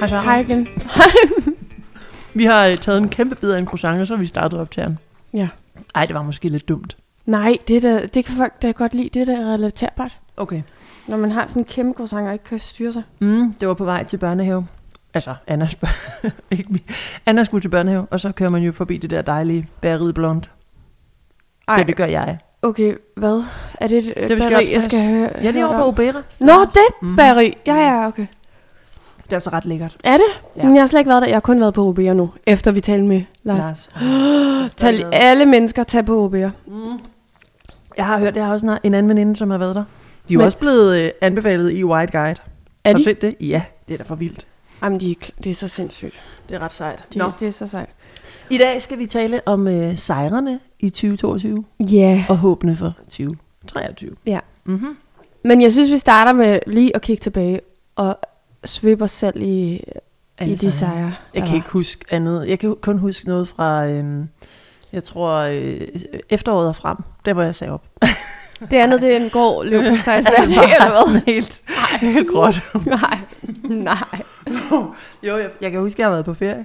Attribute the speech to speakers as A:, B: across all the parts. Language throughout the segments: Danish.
A: Altså, hej igen.
B: Vi har øh, taget en kæmpe bid af en croissant, og så har vi startet op til ham.
A: Ja.
B: Ej, det var måske lidt dumt.
A: Nej, det, der, det kan folk da godt lide. Det der er relaterbart.
B: Okay.
A: Når man har sådan en kæmpe croissant og ikke kan styre sig.
B: Mm, det var på vej til børnehave. Altså, Anna, spørg- ikke min. Anna skulle til børnehave, og så kører man jo forbi det der dejlige bærede blond.
A: Ej,
B: Det, det gør jeg.
A: okay, hvad? Er det et øh,
B: Det vil
A: bageri,
B: også
A: jeg skal høre?
B: Ja, det er
A: høre
B: over på
A: om?
B: Obera.
A: Nå, det er
B: Mhm.
A: mm. bageri. Ja, ja, okay.
B: Det er altså ret lækkert.
A: Er det?
B: Ja.
A: Ja. Jeg har slet ikke været der. Jeg har kun været på OB'er nu, efter vi talte med Lars. Ja.
B: Lars.
A: Tal alle mennesker tag på OB'er.
B: Jeg har hørt, jeg har også en- en anden veninde, som har været der. De er jo
A: Men-
B: også blevet øh, anbefalet i White Guide.
A: Er
B: Har du
A: de?
B: set det? Ja, det er da for vildt.
A: Jamen, de, er kl- det er så sindssygt.
B: Det er ret sejt.
A: De,
B: Nå.
A: Det er så sejt.
B: I dag skal vi tale om øh, sejrene i 2022
A: Ja.
B: og håbene for 2023.
A: Ja.
B: Mm-hmm.
A: Men jeg synes, vi starter med lige at kigge tilbage og svøbe os selv i, i de sejre.
B: Jeg
A: der
B: kan
A: var.
B: ikke huske andet. Jeg kan kun huske noget fra, øhm, jeg tror, øh, efteråret og frem. Der, hvor jeg sagde op.
A: Det andet, det er en grå løbestejsværd,
B: Det var
A: eller hvad?
B: sådan helt, helt gråt.
A: Nej, nej.
B: jo, jeg, jeg kan huske, jeg har været på ferie.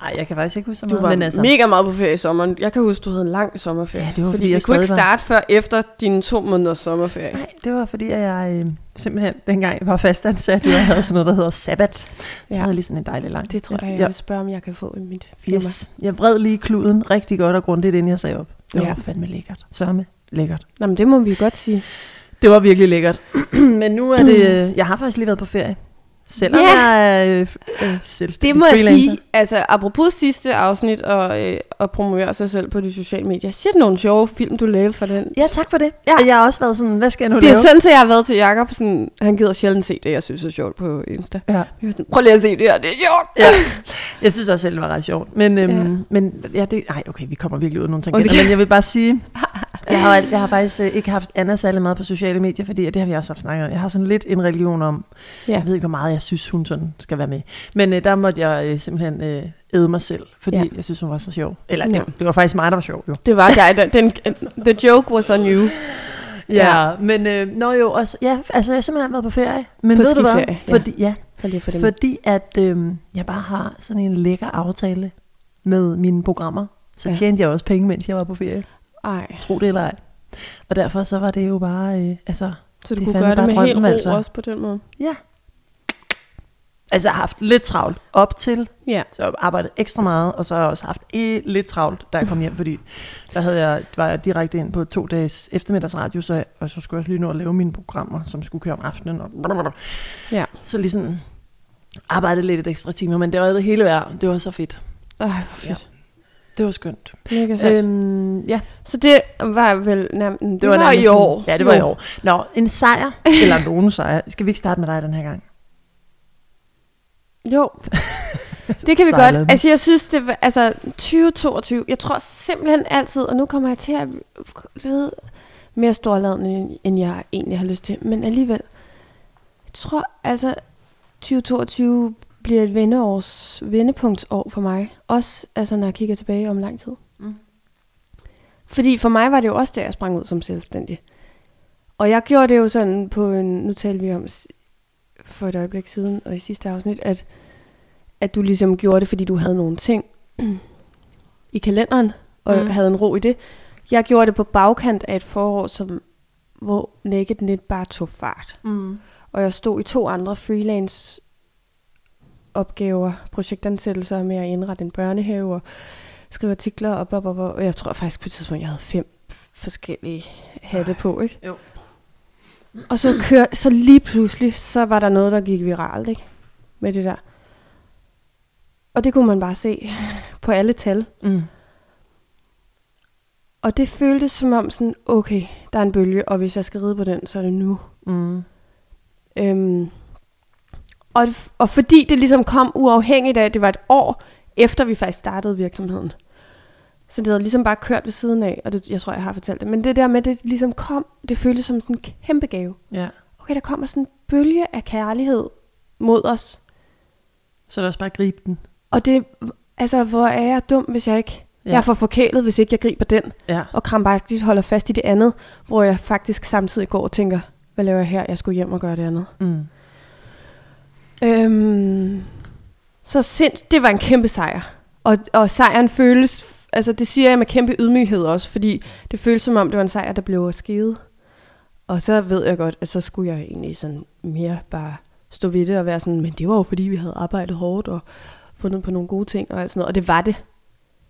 B: Nej, jeg kan faktisk ikke huske så meget.
A: Du var
B: men altså,
A: mega meget på ferie i sommeren. Jeg kan huske, du havde en lang sommerferie.
B: Ja, det var, fordi
A: fordi vi
B: jeg
A: kunne ikke
B: stadig var-
A: starte før efter dine to måneders sommerferie.
B: Nej, det var fordi, at jeg øh, simpelthen dengang var fastansat, og jeg havde sådan noget, der hedder sabbat. Ja. Så
A: Ja.
B: havde jeg lige sådan en dejlig lang.
A: Det tror jeg, jeg
B: Ja,
A: vil spørge, om jeg kan få i mit firma.
B: yes. Jeg vred lige kluden rigtig godt og grundigt, inden jeg sagde op. Det var
A: Ja.
B: ja. fandme lækkert. Sørme lækkert.
A: Nå, men det må vi godt sige.
B: Det var virkelig lækkert. Men nu er det... øh, Jeg har faktisk lige været på ferie. Selvom
A: Ja.
B: jeg er øh, øh, selvstændig
A: Det må jeg
B: freelancer.
A: sige. Altså, apropos sidste afsnit og, øh, at promovere sig selv på de sociale medier. Shit, nogle sjove film, du lavede for den.
B: Ja, tak for det.
A: Ja.
B: Ja. Jeg har også været sådan, hvad skal jeg nu
A: Det er
B: lave?
A: sådan, at jeg har været til Jacob. Sådan, han gider sjældent se det, jeg synes er sjovt på Insta.
B: Ja.
A: Jeg var sådan, Prøv lige at se det her, det er sjovt.
B: Ja. Jeg synes også selv, det var ret sjovt. Men, øhm,
A: Ja.
B: ja. men ja, det, ej, okay, vi kommer virkelig ud af nogle
A: det
B: tangenter.
A: kan-
B: Men jeg vil bare sige, jeg har, jeg har faktisk øh, ikke haft Anna særlig meget på sociale medier, fordi og det har vi også haft snakket om. Jeg har sådan lidt en religion om,
A: Ja.
B: ja. jeg ved ikke, hvor meget jeg synes, hun sådan skal være med. Men øh, der måtte jeg øh, simpelthen øh, æde mig selv, fordi
A: Ja.
B: ja. jeg synes, hun var så sjov. Eller
A: Ja.
B: det, det var faktisk mig, der var sjov, jo.
A: Det var jeg. der- Den, the joke was on you.
B: Ja, ja. men øh, når jo også, ja, altså jeg har simpelthen været på ferie. Men
A: På
B: ved du hvad?
A: skiferie, ja.
B: Fordi, ja.
A: For lige for dem.
B: Fordi at øh, jeg bare har sådan en lækker aftale med mine programmer. Så
A: Ja.
B: ja. tjente jeg også penge, mens jeg var på ferie.
A: Ej,
B: Tro det eller ej. Og derfor så var det jo bare, øh, altså,
A: så du
B: Det er
A: kunne
B: fandme
A: gøre det
B: bare
A: med helt
B: drømmen,
A: ro
B: altså.
A: også på den måde.
B: ja. Altså jeg har haft lidt travlt op til,
A: Ja.
B: så jeg arbejdede ekstra meget, og så har jeg også haft eh, lidt travlt, da jeg kom hjem, fordi der havde jeg, var jeg direkte ind på to dages eftermiddagsradio, så, og så skulle jeg også lige nå at lave mine programmer, som skulle køre om aftenen. Og blablabla.
A: Ja.
B: Så lige sådan arbejdede lidt et ekstra timer, men det var det hele værd. Det var så fedt.
A: Ej, hvor fedt.
B: Det var skønt.
A: Mega sejt.
B: Øhm, ja,
A: Øh, Så Altså, det var vel nærmest... Det, det var,
B: nærmest
A: i
B: sådan-
A: år.
B: Ja, det var i år. Nå, en sejr, eller nogen sejr. Skal vi ikke starte med dig den her gang?
A: Jo. Det kan vi
B: Sejlede
A: godt.
B: den.
A: Altså, jeg synes, det var, altså, 2022, jeg tror simpelthen altid, og nu kommer jeg til at lyde mere storladende, end jeg egentlig har lyst til, men alligevel, jeg tror altså, 2022 bliver et vendeårs, vendepunktsår for mig. Også altså, når jeg kigger tilbage om lang tid. Mm.
B: Mm.
A: Fordi for mig var det jo også, da jeg sprang ud som selvstændig. Og jeg gjorde det jo sådan på en, nu talte vi om s- for et øjeblik siden, og i sidste afsnit, at at du ligesom gjorde det, fordi du havde nogle ting i kalenderen, og mm.
B: Mm.
A: havde en ro i det. Jeg gjorde det på bagkant af et forår, som, hvor Naked Knit bare tog fart.
B: Mm.
A: Og jeg stod i to andre freelance opgaver, projektansættelser med at indrette en børnehave og skrive artikler og bla, bla, bla. Og jeg tror faktisk på et tidspunkt, jeg havde fem forskellige hatte på, ikke?
B: Jo.
A: Og så, kør, så lige pludselig, så var der noget, der gik viralt, ikke? Med det der. Og det kunne man bare se på alle tal.
B: Mm.
A: Og det føltes som om sådan, okay, der er en bølge, og hvis jeg skal ride på den, så er det nu.
B: Mm.
A: Øhm, og, og fordi det ligesom kom uafhængigt af, at det var et år efter vi faktisk startede virksomheden. Så det havde ligesom bare kørt ved siden af, og det, jeg tror, jeg har fortalt det. Men det der med, at det ligesom kom, det føltes som sådan en kæmpe gave.
B: Ja.
A: Okay, der kommer sådan en bølge af kærlighed mod os.
B: Så er det også bare at gribe den.
A: Og det, altså, hvor er jeg dum, hvis jeg ikke... Ja.
B: Ja.
A: Jeg er for forkælet, hvis ikke jeg griber den.
B: Ja.
A: og krampagtigt holder fast i det andet, hvor jeg Mm. faktisk samtidig går og tænker, hvad laver jeg her? Jeg skulle hjem og gøre det andet.
B: Mm.
A: Øhm, så sind, det var en kæmpe sejr. Og, og sejren føles, altså det siger jeg med kæmpe ydmyghed også, fordi det føles som om, det var en sejr, der blev skivet. Og så ved jeg godt, at så skulle jeg egentlig sådan mere bare stå ved det og være sådan, men det var jo fordi, vi havde arbejdet hårdt og fundet på nogle gode ting og alt sådan noget. Og det var det.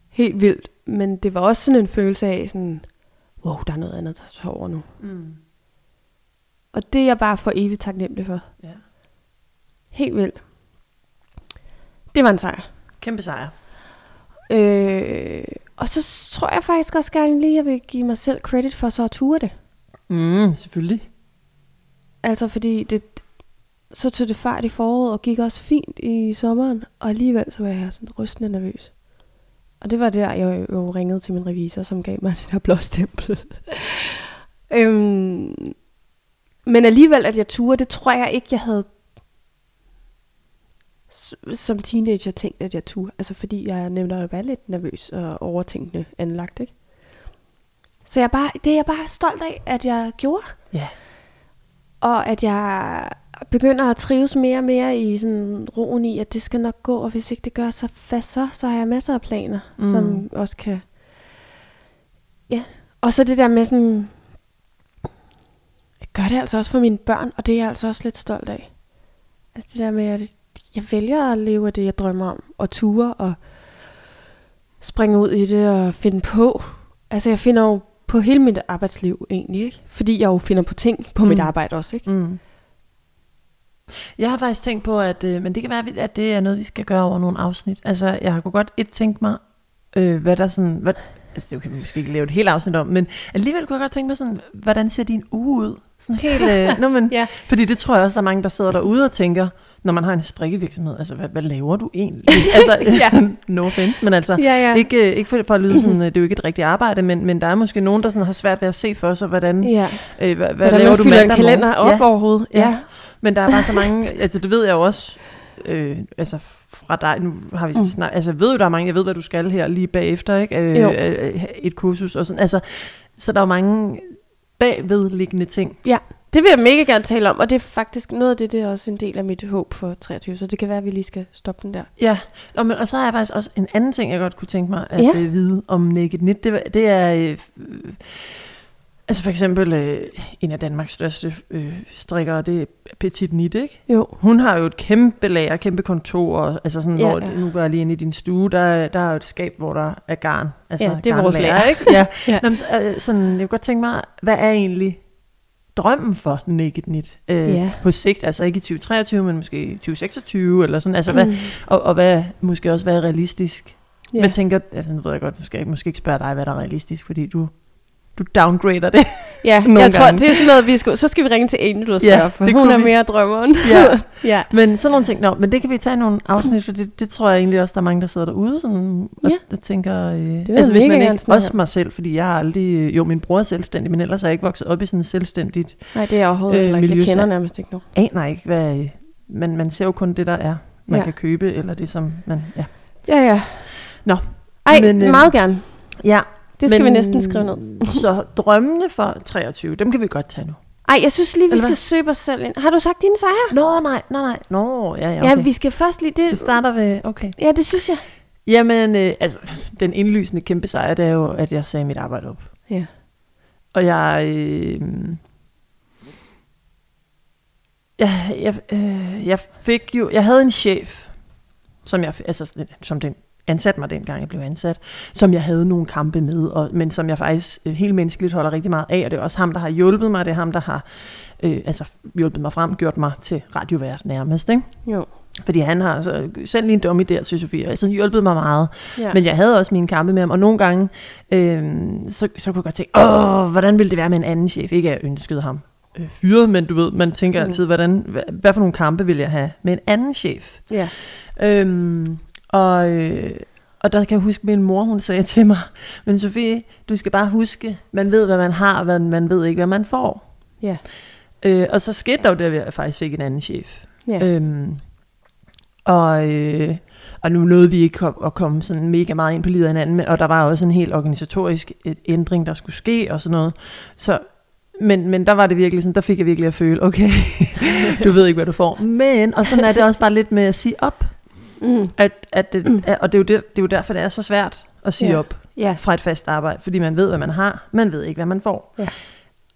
A: Helt vildt. Men det var også sådan en følelse af sådan, wow, der er noget andet, der står over nu.
B: Mm.
A: Og det er jeg bare for evigt taknemmelig for.
B: Ja.
A: Helt vildt. Det var en sejr.
B: Kæmpe sejr.
A: Øh, og så tror jeg faktisk også gerne lige, at jeg vil give mig selv credit for så at ture det.
B: Mm, selvfølgelig.
A: Altså fordi det, så tog det fart i foråret og gik også fint i sommeren, og alligevel så var jeg sådan rystende nervøs. Og det var der, jeg jo ringede til min revisor, som gav mig det der blå stempel. øhm, men alligevel, at jeg turde, det tror jeg ikke, jeg havde s- som teenager tænkt, at jeg turde. Altså fordi jeg nemlig at være lidt nervøs og overtænkende anlagt, ikke? Så jeg er bare, det er jeg bare stolt af, at jeg gjorde.
B: Ja.
A: Og at jeg begynder at trives mere og mere i sådan roen i, at det skal nok gå, og hvis ikke det gør sig fast, så, så har jeg masser af planer,
B: Mm.
A: mm. som også kan... Ja. Og så det der med sådan... Jeg gør det altså også for mine børn, og det er jeg altså også lidt stolt af. Altså det der med, at jeg vælger at leve af det, jeg drømmer om, og ture, og springe ud i det og finde på. Altså jeg finder jo på hele mit arbejdsliv egentlig, ikke? Fordi jeg jo finder på ting på mm. mit
B: Mm.
A: arbejde også, ikke?
B: Mm. Jeg har faktisk tænkt på, at, øh, men det kan være, at det er noget, vi skal gøre over nogle afsnit. Altså, jeg har kunne godt et tænkt mig, øh, hvad der sådan... Hvad, altså, det kan vi måske ikke lave et helt afsnit om, men alligevel kunne jeg godt tænke mig sådan, hvordan ser din uge ud? Sådan helt... Øh, nå, men,
A: Ja.
B: Fordi det tror jeg også, der er mange, der sidder derude og tænker, når man har en strikkevirksomhed, altså, hvad, hvad laver du egentlig? Altså,
A: Ja.
B: no offense, men altså,
A: Ja, ja.
B: ikke, øh, ikke for, for at lyde sådan, øh, det er jo ikke et rigtigt arbejde, men, men der er måske nogen, der sådan har svært ved at se for sig, hvordan,
A: ja.
B: øh, hvad, hvad
A: Hvordan
B: laver
A: man
B: du
A: fylder en
B: mandag
A: kalender
B: morgen?
A: op ja. overhovedet.
B: Ja.
A: Ja.
B: Men der er bare så mange, altså det ved jeg jo også, øh, altså fra dig, nu har vi mm.
A: Mm.
B: snak, altså jeg ved jo, der er mange, jeg ved, hvad du skal her lige bagefter, ikke? Øh,
A: Jo.
B: øh, øh, et kursus og sådan, altså, så der er jo mange bagvedliggende ting.
A: Det vil jeg mega gerne tale om, og det er faktisk noget af det, det er også en del af mit håb for 23, så det kan være, at vi lige skal stoppe den der.
B: Ja, og, men, og så har jeg faktisk også en anden ting, jeg godt kunne tænke mig at
A: Ja.
B: ja. øh, vide om Naked Knit, det, var- det er... Øh, øh, Altså for eksempel øh, en af Danmarks største øh, strikkere, det er Petit Knit, ikke?
A: Jo.
B: Hun har jo et kæmpe lager, kæmpe kontor, og- altså sådan, ja,
A: Ja,
B: hvor,
A: ja.
B: nu går jeg lige ind i din stue, der, der er jo et skab, hvor der er garn. Altså
A: Ja, det er
B: garnlager,
A: vores lager.
B: ikke? Ja. ja.
A: Ja.
B: Nå, men, så, øh, sådan, jeg kunne godt tænke mig, hvad er egentlig drømmen for Naked Knit øh,
A: Ja.
B: på sigt? Altså ikke i 2023, men måske i 2026 eller sådan. Altså, hvad,
A: Mm.
B: og, og hvad, måske også, hvad er realistisk? Ja.
A: Ja.
B: Hvad tænker, altså nu ved jeg godt, nu skal jeg måske ikke spørge dig, hvad der er realistisk, fordi du, du downgrader det.
A: Ja,
B: Nogle
A: jeg tror,
B: gange.
A: det er sådan noget, vi skal... Så skal vi ringe til Angel og
B: Ja,
A: spørge, ja, for
B: det
A: hun
B: kunne
A: er
B: vi.
A: mere drømmeren.
B: Ja.
A: ja.
B: Men sådan nogle ting, nå, men det kan vi tage i nogle afsnit, for det, det tror jeg egentlig også, der er mange, der sidder derude sådan, og,
A: Ja.
B: og tænker, øh, det
A: jeg
B: altså hvis
A: mega
B: man
A: gerne
B: ikke,
A: snakke
B: også
A: om.
B: mig selv, fordi jeg har aldrig, øh, jo min bror er selvstændig, men ellers er jeg ikke vokset op i sådan et selvstændigt,
A: Nej, det er jeg overhovedet
B: Øh,
A: øh, ikke. Jeg
B: miljøsag.
A: kender nærmest ikke nogen.
B: aner ikke, hvad, øh, man, man ser jo kun det, der er, man ja.
A: Ja.
B: kan købe, eller det som man, ja.
A: Ja, ja.
B: Nå.
A: Ej,
B: Men,
A: men,
B: øh,
A: meget gerne.
B: ja
A: Det skal men, vi næsten skrive ned.
B: så drømmene for 23, dem kan vi godt tage nu.
A: Ej, jeg synes lige, vi
B: øh, Eller hvad?
A: skal søge os selv ind. Har du sagt dine sejre?
B: Nå, nej, nej, nej, nå, ja, ja,
A: Ja,
B: okay.
A: vi skal først lige... Det,
B: vi starter ved, okay.
A: ja, det synes jeg.
B: Jamen, øh, altså, den indlysende kæmpe sejr, det er jo, at jeg sagde mit arbejde op.
A: Ja.
B: Og jeg... Øh, jeg, jeg, øh, jeg fik jo... Jeg havde en chef, som jeg... Altså, sådan- som den ansatte mig dengang, jeg blev ansat, som jeg havde nogle kampe med, og, men som jeg faktisk øh, helt menneskeligt holder rigtig meget af, og det er også ham, der har hjulpet mig, det er ham, der har øh, altså, hjulpet mig frem, gjort mig til radiovært nærmest, ikke?
A: Jo.
B: Fordi han har altså, sendt lige en dumme idé til Sofie, og altså, hjulpet mig meget.
A: Ja.
B: Men jeg havde også mine kampe med ham, og nogle gange, øh, så, så kunne jeg godt tænke, åh, hvordan ville det være med en anden chef? Ikke at jeg ønskede ham øh, fyret, men du ved, man tænker
A: Mm.
B: altid, hvordan, hvad, hvad for nogle kampe vil jeg have med en anden chef?
A: ja.
B: Øhm, og, øh, og der kan jeg huske, min mor hun sagde til mig, men Sofie, du skal bare huske, man ved, hvad man har, men man ved ikke, hvad man får.
A: Ja.
B: Øh, og så skete der jo det, at jeg faktisk fik en anden chef.
A: ja.
B: Øhm, og, øh, og nu nåede vi ikke kom- at komme sådan mega meget ind på livet af hinanden, men- og der var også en helt organisatorisk et ændring, der skulle ske og sådan noget. Så, Men, men der var det virkelig sådan, der fik jeg virkelig at føle, okay, du ved ikke, hvad du får. Men, og sådan er det også bare lidt med at sige op.
A: Mm.
B: At, at det, at, og det er, jo det, det er jo derfor, det er så svært at sige
A: Ja.
B: op
A: Ja.
B: fra et fast arbejde, fordi man ved, hvad man har, man ved ikke, hvad man får.
A: Ja.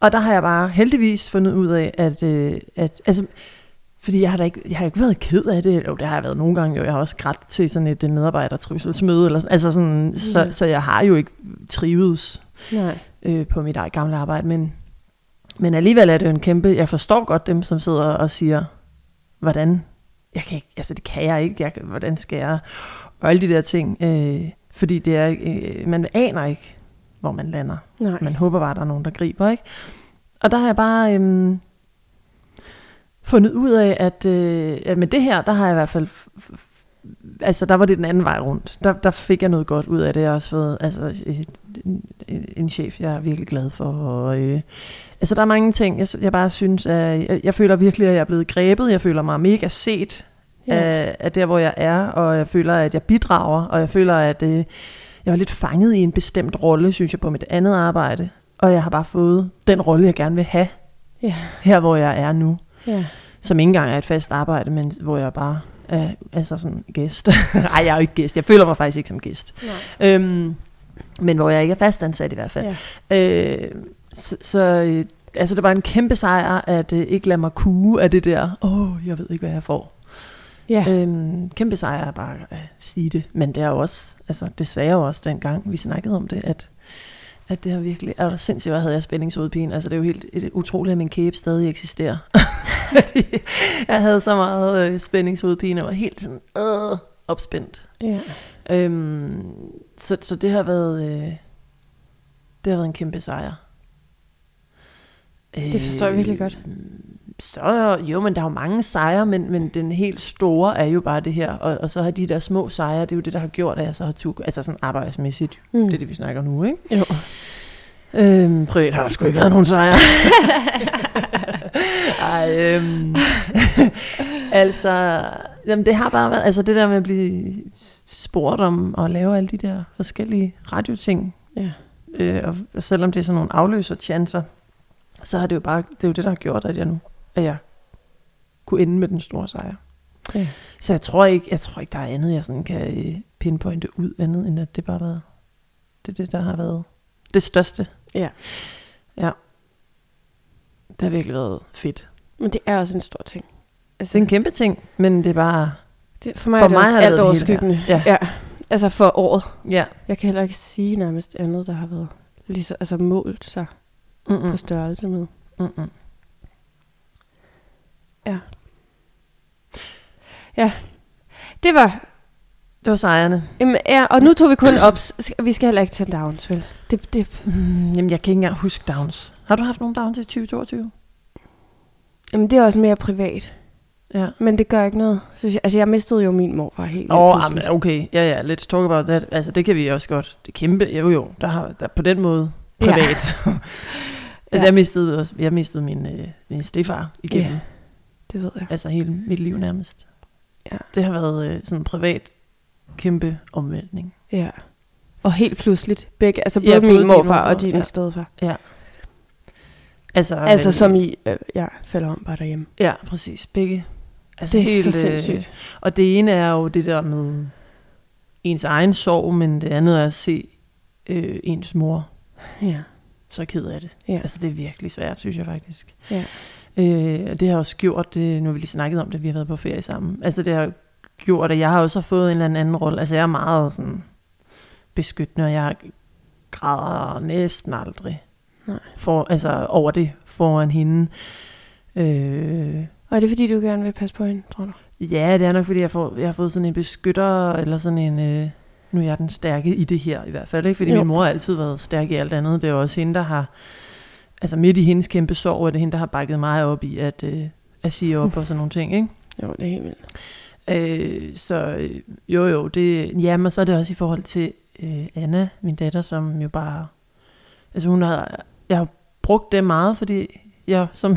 B: Og der har jeg bare heldigvis fundet ud af, at, øh, at altså, fordi jeg har da ikke, jeg har ikke været ked af det, jo det har jeg været nogle gange, jo jeg har også grædt til sådan et øh, medarbejdertrivselsmøde, eller sådan, altså sådan, så,
A: Ja.
B: så jeg har jo ikke trives
A: Nej.
B: øh, på mit eget gamle arbejde, men, men alligevel er det jo en kæmpe, jeg forstår godt dem, som sidder og siger, hvordan, jeg kan ikke, altså det kan jeg ikke, jeg, kan- hvordan skal jeg, og alle de der ting, øh, fordi det er, øh, man aner ikke, hvor man lander.
A: Nej.
B: Man håber bare, der er nogen, der griber, ikke? Og der har jeg bare øhm, fundet ud af, at, øh, at med det her, der har jeg i hvert fald... f- f- Altså, der var det den anden vej rundt. Der, der fik jeg noget godt ud af det. Jeg har også fået altså, et, en, en chef, jeg er virkelig glad for. Og, øh, altså, der er mange ting, jeg, s- jeg bare synes, at jeg, jeg føler virkelig, at jeg er blevet grebet. Jeg føler mig mega set
A: Ja.
B: ja. af, af der, hvor jeg er, og jeg føler, at jeg bidrager, og jeg føler, at øh, jeg var lidt fanget i en bestemt rolle, synes jeg, på mit andet arbejde, og jeg har bare fået den rolle, jeg gerne vil have,
A: Ja.
B: her hvor jeg er nu,
A: Ja.
B: som ikke engang er et fast arbejde, men hvor jeg bare er altså sådan gæst. Nej, jeg er jo ikke gæst. Jeg føler mig faktisk ikke som gæst.
A: Nej.
B: Øhm, men hvor jeg ikke er fastansat i hvert fald. Ja. Øh, så, så øh, altså, det var en kæmpe sejr at øh, ikke lade mig kue af det der, åh, oh, jeg ved ikke, hvad jeg får.
A: Ja.
B: Øhm, kæmpe sejr at bare at sige det, men det er jo også, altså det sagde jeg jo også dengang, vi snakkede om det, at, at det har virkelig, og sindssygt, hvor havde jeg spændingsudpine, altså det er jo helt et, utroligt, at min kæbe stadig eksisterer. Fordi jeg havde så meget øh, spændingsudpine, og var helt sådan, øh, opspændt.
A: Ja.
B: Øhm, så, så det har været, øh, det har været en kæmpe sejr.
A: Det forstår jeg virkelig godt.
B: Øhm, Så, jo, men der er jo mange sejre, men, men den helt store er jo bare det her. Og, og så har de der små sejre, det er jo det, der har gjort, at jeg så har tur, altså sådan arbejdsmæssigt, mm.
A: Mm.
B: det er det, vi snakker nu, ikke?
A: Jo.
B: Øhm, privat har der sgu ikke været nogen sejre. Ej, øhm, altså, jamen det har bare været, altså det der med at blive spurgt om at lave alle de der forskellige radioting,
A: Ja.
B: øh, og- og selvom det er sådan nogle afløserchancer, så har det jo bare, det er jo det, der har gjort, at jeg nu, at jeg kunne ende med den store sejr.
A: Ja.
B: Så jeg tror ikke, jeg tror ikke, der er andet, jeg sådan kan øh, pinpointe ud andet, end at det bare har været, det er det, der har været det største.
A: Ja.
B: Ja. Det har virkelig været fedt.
A: Men det er også en stor ting. Altså,
B: Det er en kæmpe ting, men det er bare...
A: det, for mig
B: for
A: er det
B: mig
A: også
B: har det
A: alt
B: været det hele
A: overskyggende.
B: her. Ja.
A: ja. Altså for året.
B: Ja.
A: Jeg kan heller ikke sige nærmest andet, der har været lige så, altså målt sig mm. på
B: Mm-mm.
A: størrelse med.
B: Mm-mm.
A: Det var,
B: Det var sejrene.
A: jamen, ja, og nu tog vi kun ops. Sk- Vi skal heller ikke tage downs, vel? Det, det,
B: Mm, jamen, jeg kan ikke engang huske downs. Har du haft nogle downs i 2022?
A: jamen, det er også mere privat.
B: Ja.
A: Men det gør ikke noget, synes jeg. Altså, jeg mistede jo min morfar helt vildt
B: Åh,
A: pludseligt.
B: oh, okay. Ja, ja, let's talk about that. Altså, det kan vi også godt. Det kæmpe, jo jo, der har, der, på den måde,
A: Ja.
B: privat. Ja.
A: Ja.
B: altså, jeg mistede, også, jeg mistede min, øh, min stefar igennem.
A: Ja. Det ved jeg.
B: Altså, hele mit liv nærmest.
A: Ja.
B: Det har været øh, sådan en privat kæmpe omvæltning.
A: Ja. Og helt pludseligt. Begge, altså både
B: Ja,
A: ja,
B: både
A: min
B: din
A: morfar og
B: morfar,
A: din
B: ja.
A: ja. stedfar.
B: Altså,
A: Altså
B: øh,
A: som I, øh, ja, falder om bare derhjemme.
B: Ja, præcis. Begge.
A: Altså, det er helt, så sindssygt.
B: Øh, og det ene er jo det der med ens egen sorg, men det andet er at se øh, ens mor
A: Ja.
B: så ked af det.
A: Ja.
B: Altså, det er virkelig svært, synes jeg faktisk.
A: Ja.
B: Øh, og det har også gjort, det, nu har vi lige snakket om det, vi har været på ferie sammen. Altså, det har gjort, at jeg har også har fået en eller anden, anden rolle. Altså, jeg er meget sådan beskyttende, og jeg græder næsten aldrig
A: Nej.
B: for, altså, over det foran hende. Øh,
A: Og er det fordi, du gerne vil passe på hende, tror du?
B: Ja, det er nok, fordi jeg, får, jeg har fået sådan en beskytter, eller sådan en... Øh, nu er jeg den stærke i det her i hvert fald, ikke? Fordi
A: Jo.
B: jo. min mor har altid været stærk i alt andet. Det er jo også hende, der har... Altså midt i hendes kæmpe sorg, er det hende, der har bakket mig op i at, øh, at sige op og sådan nogle ting, ikke?
A: Jo, det er helt vildt.
B: Øh, så øh, jo jo, det, jamen, og så er det også i forhold til øh, Anna, min datter, som jo bare, altså hun har, jeg har brugt det meget, fordi jeg som,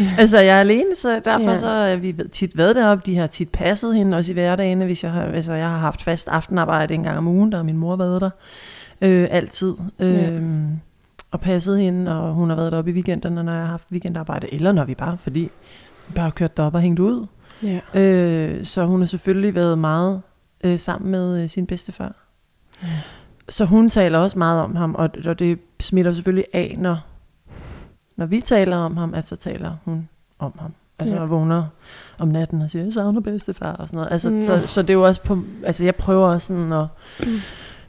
A: Ja.
B: altså jeg er alene, så derfor
A: Ja.
B: så har vi ved- tit været deroppe, de har tit passet hende også i hverdagene, hvis jeg har, altså jeg har haft fast aftenarbejde en gang om ugen, der har min mor været der, øh, altid. Øh,
A: Ja.
B: og passet hende, og hun har været deroppe i weekenderne, når jeg har haft weekendarbejde, eller når vi bare, fordi vi bare har kørt derop og hængt ud.
A: Ja.
B: Øh, så hun har selvfølgelig været meget øh, sammen med øh, sin bedstefar. Så hun taler også meget om ham, og, og det smitter selvfølgelig af, når, når vi taler om ham, at så taler hun om ham. Altså
A: Ja.
B: ja. vågner om natten og siger, jeg savner bedstefar og sådan noget. Altså,
A: Nå.
B: mm. så, så det er jo også på, altså jeg prøver også sådan at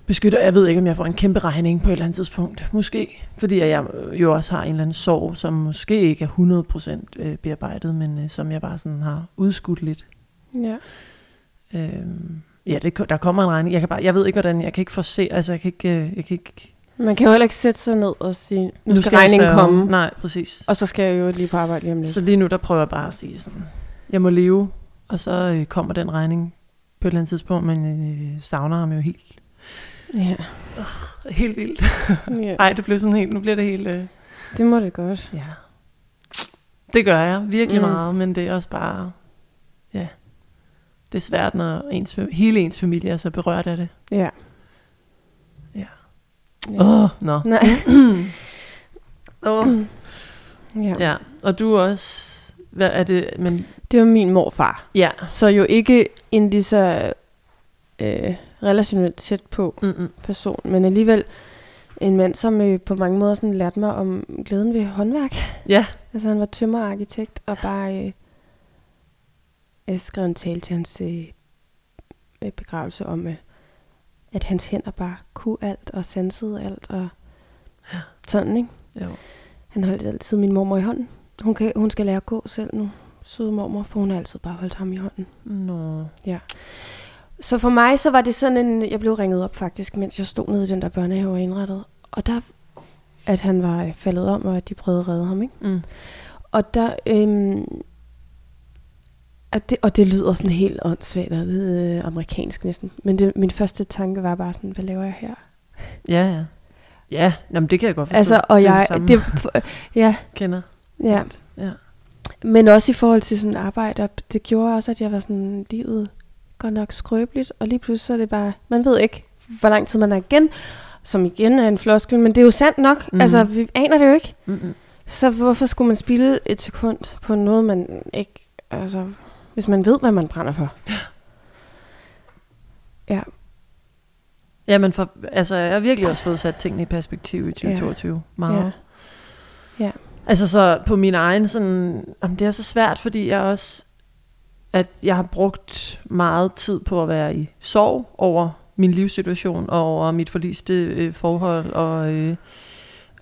B: beskytte, jeg ved ikke, om jeg får en kæmpe regning på et eller andet tidspunkt. Måske, fordi at jeg øh, jo også har en eller anden sorg, som måske ikke er 100% øh, bearbejdet, men øh, som jeg bare sådan har udskudt lidt.
A: ja.
B: Øhm, ja, det, ko- der kommer en regning. Jeg, kan bare, jeg ved ikke, hvordan, jeg kan ikke forse, altså jeg kan ikke, øh, jeg kan ikke
A: Man kan jo heller ikke sætte sig ned og sige, nu, nu skal,
B: jeg
A: regningen
B: sørge.
A: komme,
B: Nej, præcis.
A: og så skal jeg jo lige på arbejde lige om lidt.
B: Så lige nu, der prøver jeg bare at sige sådan, jeg må leve, og så øh, kommer den regning på et eller andet tidspunkt, men øh, savner ham jo helt,
A: Ja.
B: helt vildt.
A: ja.
B: Nej, det blev sådan helt, nu bliver det helt, øh,
A: Det må det godt.
B: ja. Det gør jeg virkelig
A: Mm.
B: mm. meget, men det er også bare, ja, det er svært, når ens, fa- hele ens familie er så berørt af det.
A: Ja.
B: Ja.
A: ja.
B: Åh, oh, nå.
A: Nej.
B: Åh.
A: Ja.
B: Ja, og du er også... Hvad er det? Men,
A: Det var min morfar.
B: ja.
A: Så jo ikke en lige så øh, relationelt tæt på
B: Mm-mm.
A: person, men alligevel en mand, som øh, på mange måder sådan lærte mig om glæden ved håndværk.
B: Ja,
A: Altså han var tømmerarkitekt og bare øh, jeg skrev en tale til hans øh, øh, begravelse om, øh, at hans hænder bare kunne alt og sansede alt og sådan, ikke?
B: jo.
A: Han holdt altid min mormor i hånden. Hun, kan, hun skal lære at gå selv nu, søde mormor, for hun har altid bare holdt ham i hånden.
B: Nå.
A: Så for mig, så var det sådan en... Jeg blev ringet op faktisk, mens jeg stod nede i den der børnehave og indrettet. Og der... At han var øh, faldet om, og at de prøvede at redde ham, ikke?
B: Mm.
A: Og der... Øhm, at det, og det lyder sådan helt åndssvagt og lidt øh, amerikansk næsten. Men det, min første tanke var bare sådan, hvad laver jeg her?
B: Ja, ja. Ja, nå, men det kan jeg godt forstå.
A: Altså, og
B: det er
A: jeg...
B: det, samme,
A: Det, ja,
B: kender.
A: ja.
B: Ja.
A: Men også i forhold til sådan arbejde, og det gjorde også, at jeg var sådan, livet går nok skrøbeligt, og lige pludselig så er det bare, man ved ikke, hvor lang tid man er igen, som igen er en floskel, men det er jo sandt nok, mm.
B: Mhm.
A: altså vi aner det jo ikke.
B: Mm-mm.
A: Så hvorfor skulle man spille et sekund på noget, man ikke, altså, hvis man ved, hvad man brænder for? Ja,
B: Ja, men for, altså, jeg har virkelig også fået sat tingene i perspektiv i 2022. Ja. Meget.
A: ja,
B: Ja. Altså, så på min egen sådan... Jamen, det er så svært, fordi jeg også... At jeg har brugt meget tid på at være i sorg over min livssituation, og over mit forliste øh, forhold og, øh,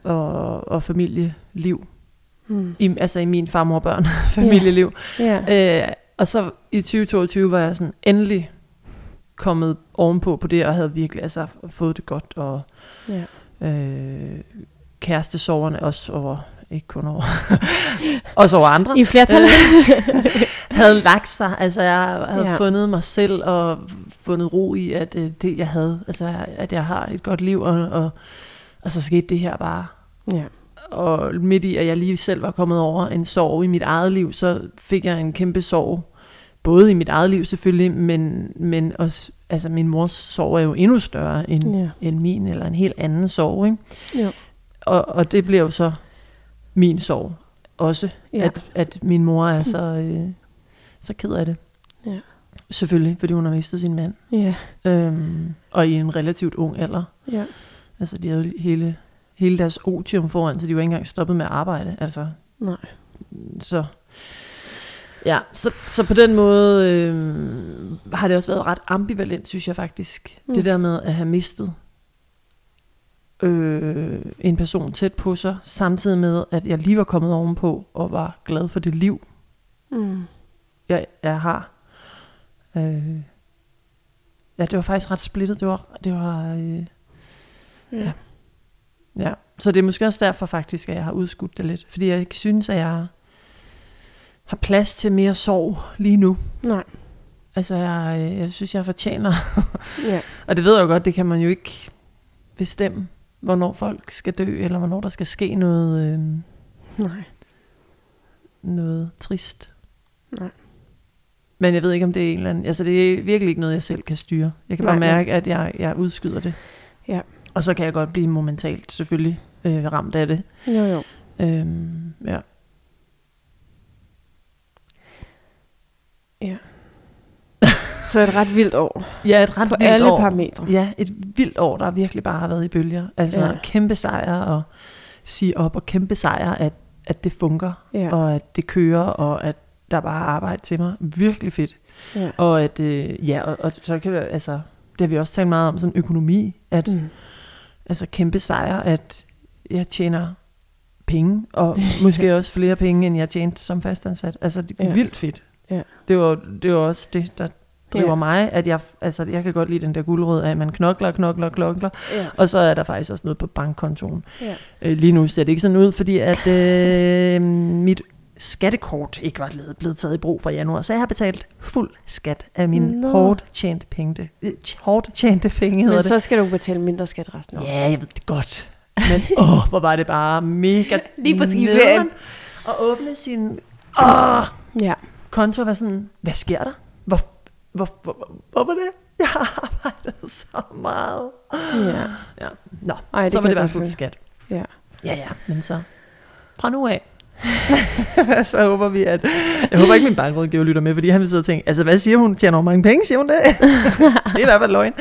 B: og, og familieliv.
A: mm.
B: I, altså i min farmor og børn familieliv.
A: ja,
B: Yeah. Øh, og så i 2022 var jeg sådan endelig kommet ovenpå på det, og havde virkelig altså, fået det godt, og
A: ja,
B: øh, kærestesoverne også over, ikke kun over, også over andre,
A: i flertal.
B: havde lagt sig. Altså jeg havde
A: Ja.
B: yeah. fundet mig selv, og fundet ro i, at øh, det jeg havde, altså at jeg har et godt liv, og, og, og så skete det her bare
A: ja,
B: og midt i, at jeg lige selv var kommet over en sorg i mit eget liv, så fik jeg en kæmpe sorg. Både i mit eget liv selvfølgelig, men, men også, altså min mors sorg er jo endnu større end,
A: ja,
B: end min, eller en helt anden sorg. Ikke?
A: Jo.
B: Og, og det bliver jo så min sorg også, ja.
A: ja,
B: at, at min mor er så, øh, så ked af det.
A: Ja.
B: Selvfølgelig, fordi hun har mistet sin mand.
A: ja,
B: Øhm, og i en relativt ung alder.
A: ja,
B: Altså, de havde hele, hele deres otium foran, så de var ikke engang stoppet med at arbejde. Altså,
A: nej,
B: så, ja, så, så på den måde øh, har det også været ret ambivalent, synes jeg faktisk.
A: Mm.
B: Mm. Det der med at have mistet øh, en person tæt på sig, samtidig med, at jeg lige var kommet ovenpå og var glad for det liv,
A: mm.
B: jeg, jeg har. Øh, ja, det var faktisk ret splittet. Det var, det var øh,
A: ja,
B: Ja, så det er måske også derfor faktisk, at jeg har udskudt det lidt. Fordi jeg ikke synes, at jeg har plads til mere sorg lige nu.
A: nej,
B: Altså, jeg, øh, jeg synes, jeg fortjener.
A: ja,
B: Og det ved jeg jo godt, det kan man jo ikke bestemme, hvornår folk skal dø, eller hvornår der skal ske noget, øh,
A: nej,
B: noget trist.
A: nej.
B: Men jeg ved ikke, om det er en eller anden... Altså, det er virkelig ikke noget, jeg selv kan styre. Jeg kan bare
A: Nej, nej.
B: mærke, at jeg, jeg udskyder det.
A: Ja.
B: Og så kan jeg godt blive momentalt, selvfølgelig, øh, ramt af det.
A: Jo, jo.
B: Øhm, ja.
A: Så et ret vildt år.
B: ja, et ret
A: På
B: vildt
A: alle
B: år.
A: parametre.
B: Ja, et vildt år, der virkelig bare har været i bølger. Altså
A: Ja.
B: ja. kæmpe sejre og sige op, og kæmpe sejre, at, at det funker,
A: Ja.
B: ja. og at det kører, og at der bare er arbejde til mig. Virkelig fedt.
A: ja.
B: Og at, øh, ja, og, og så kan vi, altså, det har vi også talt meget om, sådan økonomi, at mm.
A: Mm.
B: altså kæmpe sejre, at jeg tjener penge, og måske også flere penge, end jeg tjente som fastansat. Altså, det er
A: Ja.
B: ja. vildt fedt.
A: Ja.
B: Det var det var også det, der driver
A: Ja.
B: ja. mig, at jeg, altså, jeg kan godt lide den der guldråd af, at man knokler og knokler og knokler,
A: Ja.
B: og så er der faktisk også noget på bankkontoen.
A: Ja.
B: Øh, lige nu ser det ikke sådan ud, fordi at øh, mit skattekort ikke var blevet- blevet taget i brug fra januar, så jeg har betalt fuld skat af mine
A: Nå.
B: hårdt tjente penge. Øh, tj- hårdt tjente penge hedder
A: Men
B: det.
A: så skal du betale mindre skat resten af året.
B: Ja, jeg ved det godt. Men åh, hvor var det bare mega
A: Lige på skiferien.
B: nederen At åbne sin åh,
A: Ja.
B: konto og være sådan, hvad sker der? Hvor, hvor, hvor, hvor, hvorfor det? Jeg har arbejdet så meget.
A: ja.
B: Ja. Nå,
A: Ej,
B: Ej,
A: det
B: så
A: kan
B: var
A: jeg
B: det bare
A: godt
B: fuld
A: følge.
B: skat.
A: Ja.
B: Ja, ja, men så fra nu af. så håber vi, at... Jeg håber ikke, min bankrådgiver lytter med, fordi han vil sidde og tænke, altså hvad siger hun? Tjener hun mange penge? Siger hun det? det er i hvert fald løgn.